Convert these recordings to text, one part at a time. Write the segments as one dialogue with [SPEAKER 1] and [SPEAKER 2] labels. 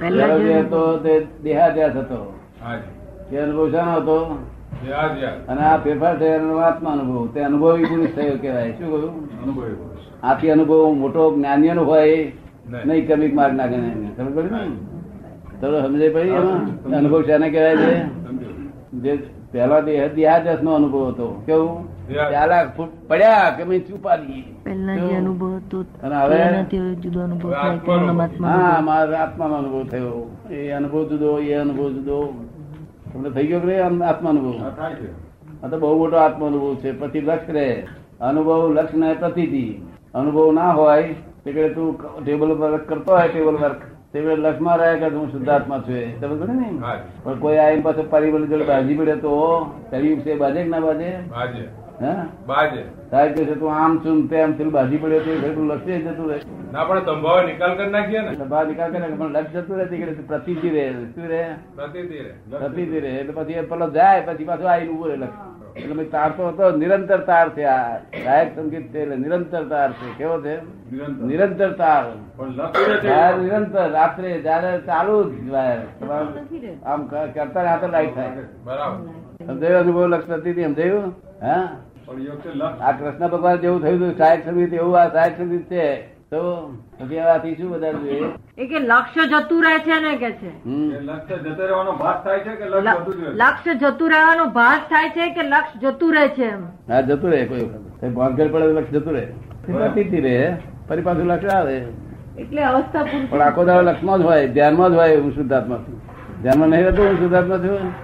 [SPEAKER 1] પહેલા જે-
[SPEAKER 2] જરૂરિયાત તો તે દેહાદ્યાસ હતો
[SPEAKER 3] હા
[SPEAKER 2] તે અનુભવ શાનો હતો
[SPEAKER 3] જી આ જ યાદ.
[SPEAKER 2] અને આ ફેરફાર થયાનો આત્મા અનુભવ તે અનુભવી પુરુષ થયો કહેવાય શું કહ્યું
[SPEAKER 3] અનુભવી પુરુષ.
[SPEAKER 2] આથી અનુભવ મોટો જ્ઞાનીનો હોય
[SPEAKER 3] નહીં.
[SPEAKER 2] નહીં કમિક માર્ગ ના ગણાય સમજ પડી ને ચલો સમજાય પડી એમાં અનુભવ શાને કહેવાય છે
[SPEAKER 3] સમજ્યો?
[SPEAKER 2] જે પહેલા દેહ દેહાદસ નો અનુભવ હતો કેવું
[SPEAKER 3] દેહાદસ.
[SPEAKER 2] ચાલા ફૂટ પડ્યા કે મેં ચૂપા દઈએ
[SPEAKER 1] પહેલા જે
[SPEAKER 2] કેવું?
[SPEAKER 1] અનુભવ હતો
[SPEAKER 2] અને હવે?
[SPEAKER 1] એનાથી હવે જુદો અનુભવ
[SPEAKER 3] હવે
[SPEAKER 1] થાય કે
[SPEAKER 3] આત્માનો
[SPEAKER 2] હા
[SPEAKER 1] પરમાત્મા
[SPEAKER 2] મારા આત્માનો અનુભવ થયો એ અનુભવ જુદો એ અનુભવ જુદો તમને થઈ ગયો કે નહીં આમ આત્મા અનુભવ
[SPEAKER 3] આ થાય છે.
[SPEAKER 2] આ તો બહુ મોટો આત્મ અનુભવ છે પછી લક્ષ રહે અનુભવ લક્ષ ને પ્રતિથી અનુભવ ના હોય તે કહે તું ટેબલ વર્ક કરતો હોય ટેબલ વર્ક તે કહે લક્ષમાં રહે કે હું શુદ્ધાત્મા છું એ. સમજ પડી ને
[SPEAKER 3] હા જી.
[SPEAKER 2] પણ કોઈ આવીને પાસે પરિબળ જોડે બાજી પડે તો શરીર છે બાજે કે ના બાજે
[SPEAKER 3] બાજે
[SPEAKER 2] હે
[SPEAKER 3] બાજે
[SPEAKER 2] સાહેબ કહે છે તું આમ છું ને તેમ છું બાજી પડ્યો તો એ ઘડી તું લક્ષે જતું રહે
[SPEAKER 3] ના પણ તંબાવે નિકાલ કરી નાખીએ ને
[SPEAKER 2] એટલે બહાર નિકાલ કરે પણ લક્ષ જતું રહે તે કહે પ્રતિથી રહે શું રહે
[SPEAKER 3] પ્રતિથી રે.
[SPEAKER 2] પ્રતિથી રહે એટલે પછી એ પેલો જાય પછી પાછું આવીને ઉભો રહે લક્ષ એટલે મેં તાર તો હતો નિરંતર તાર છે આ ગાયક સંગીત છે એટલે નિરંતર તાર છે કેવો છે
[SPEAKER 3] નિરંતર.
[SPEAKER 2] નિરંતર તાર
[SPEAKER 3] પણ લક્ષ્ય છે.
[SPEAKER 2] વાયર નિરંતર રાત્રે જયારે ચાલુ જ વાયર તમારું આમ ક- કરતા હાથે લાઈટ થાય
[SPEAKER 3] બરાબર
[SPEAKER 2] સમજાયું અનુભવ લક્ષ પ્રતિથી સમજાયું હા
[SPEAKER 3] પણ એ વખતે લક્ષ
[SPEAKER 2] આ કૃષ્ણ ભગવાન જેવું થયું હતું સાહેબ સંગીત એવું આ સાહેબ સંગીત છે તો પછી આથી શું વધારે જોઈએ
[SPEAKER 4] એ કે લક્ષ્ય જતું રહે છે ને કે છે
[SPEAKER 2] હમ
[SPEAKER 3] એ લક્ષ્ય જતો રહેવાનો ભાસ થાય છે કે લક્ષ વધુ
[SPEAKER 4] લ-
[SPEAKER 3] જ રહે?
[SPEAKER 4] લક્ષ્ય જતું રહેવાનો ભાસ થાય છે કે લક્ષ જતું રહે છે એમ
[SPEAKER 2] હા જતું રહે કોઈ વખત કઈ ભાંગર પડે તો લક્ષ જતું રહે પ્રતિથી રહે ફરી પાછું લક્ષ આવે
[SPEAKER 4] એટલે અવસ્થા
[SPEAKER 2] પણ આખો દાડો લક્ષમાં જ હોય ધ્યાનમાં જ હોય હું શુદ્ધાત્મા છું ધ્યાનમાં નહીં રહેતો હું શુદ્ધાત્મા છું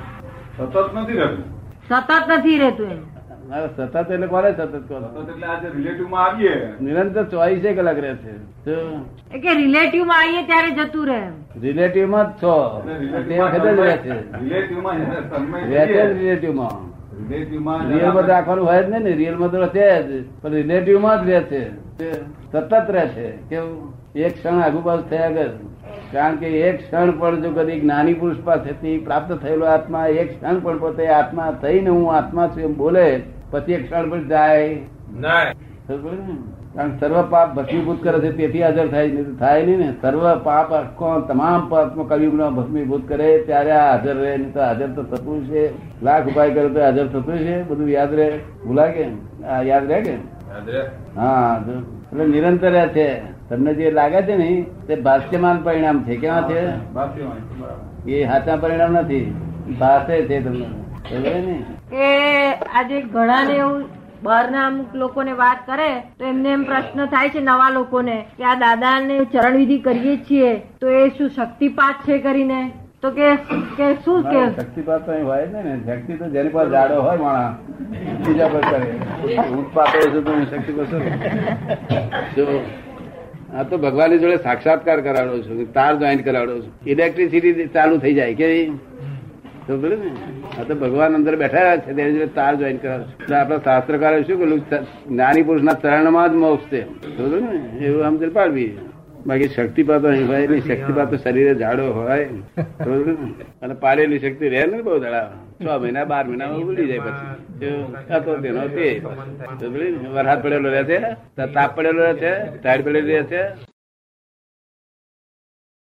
[SPEAKER 3] સતત નથી રહેતું
[SPEAKER 4] સતત નથી રહેતું એમ
[SPEAKER 2] મારે સતત એટલે કોને સતત કોને
[SPEAKER 3] સતત એટલે આજે રિલેટિવ માં આવીએ
[SPEAKER 2] નિરંતર ચોવીસે કલાક રહે છે
[SPEAKER 4] એ કે રિલેટિવ માં આવીએ ત્યારે જતું રહે એમ
[SPEAKER 2] રિલેટિવ માં જ છો તે વખતે જ રહે છે રહે છે
[SPEAKER 3] રિલેટિવમાં
[SPEAKER 2] રિલેટિવ માં રિયલ માં તો રાખવાનું હોય જ નહીં ને રિયલ માં તો રહે જ પણ રિલેટિવ માં જ રહે છે તે સતત રહે છે કેવું એક ક્ષણ આગુપાછું થયા વગર કારણ કે એક ક્ષણ પણ જો કદી જ્ઞાની પુરુષ પાસેથી પ્રાપ્ત થયેલો આત્મા એક ક્ષણ પણ પોતે આત્મા થઈને હું આત્મા છું એમ બોલે પછી એક ક્ષણ પણ જાય
[SPEAKER 3] ના
[SPEAKER 2] ખબર પડી ને? કારણ કે સર્વ પાપ ભસ્મીભૂત કરે છે તેથી હાજર થાય નહીં તો થાય નહીં ને સર્વ પાપ આખો તમામ પાપનો કલયુગનો ભસ્મીભૂત કરે ત્યારે આ હાજર રહે નહીં તો હાજર તો થતું છે લાખ ઉપાય કરે તો હાજર થતું છે બધું યાદ રહે ભૂલા કે આ યાદ રહે કે
[SPEAKER 3] યાદ રહે.
[SPEAKER 2] હા જો. એટલે નિરંતર રહે છે તમને જે લાગે છે ને તે ભાષ્યમાન પરિણામ છે કેવા છે
[SPEAKER 3] બાસ્કેટમાં. બરાબર.
[SPEAKER 2] એ સાચા પરિણામ નથી ભાષે છે તમને ખબર ને
[SPEAKER 4] કે આજે ઘણાને એવું બહારના અમુક લોકોને વાત કરે તો એમને એમ પ્રશ્ન થાય છે નવા લોકોને કે આ દાદાને ચરણવિધિ કરીએ છીએ તો એ શું શક્તિપાત છે કરીને તો કે કે શું કે
[SPEAKER 2] શક્તિપાત તો અહીં હોય જ નહીં ને શક્તિ તો જેની પાસે જાડો હોય માણસ બીજા પર કરે હું જ પાતળો છું તો હું શક્તિપાત છું જો આ તો ભગવાનની જોડે સાક્ષાત્કાર કરાવડો છું તાર જોઈન કરાવડો છું ઇલેક્ટ્રિસિટી ચાલુ થઈ જાય કે તો બોલે ને આ તો ભગવાન અંદર બેઠા રહ્યા છે તેની જોડે તાર જોઈન કરાવું છું એટલે આપણા શાસ્ત્રકારે શું કહેલું જ્ઞાની પુરુષના ચરણમાં જ મોક્ષ છે તો બોલે ને એવું આમ કરી પાડવી બાકી શક્તિપાત અહીં હોય નહીં શક્તિપાત તો શરીરે જાડો હોય તો બોલે ને. અને પાડેલી શક્તિ રહે ને બહુ દાડા છ મહિના બાર મહિનામાં ઉડી જાય પછી જો આ તો તેનો તે તો બોલે ને, વરસાદ પડેલો રહે છે તાપ પડેલો રહે છે ટાઈડ પડેલી રહે છે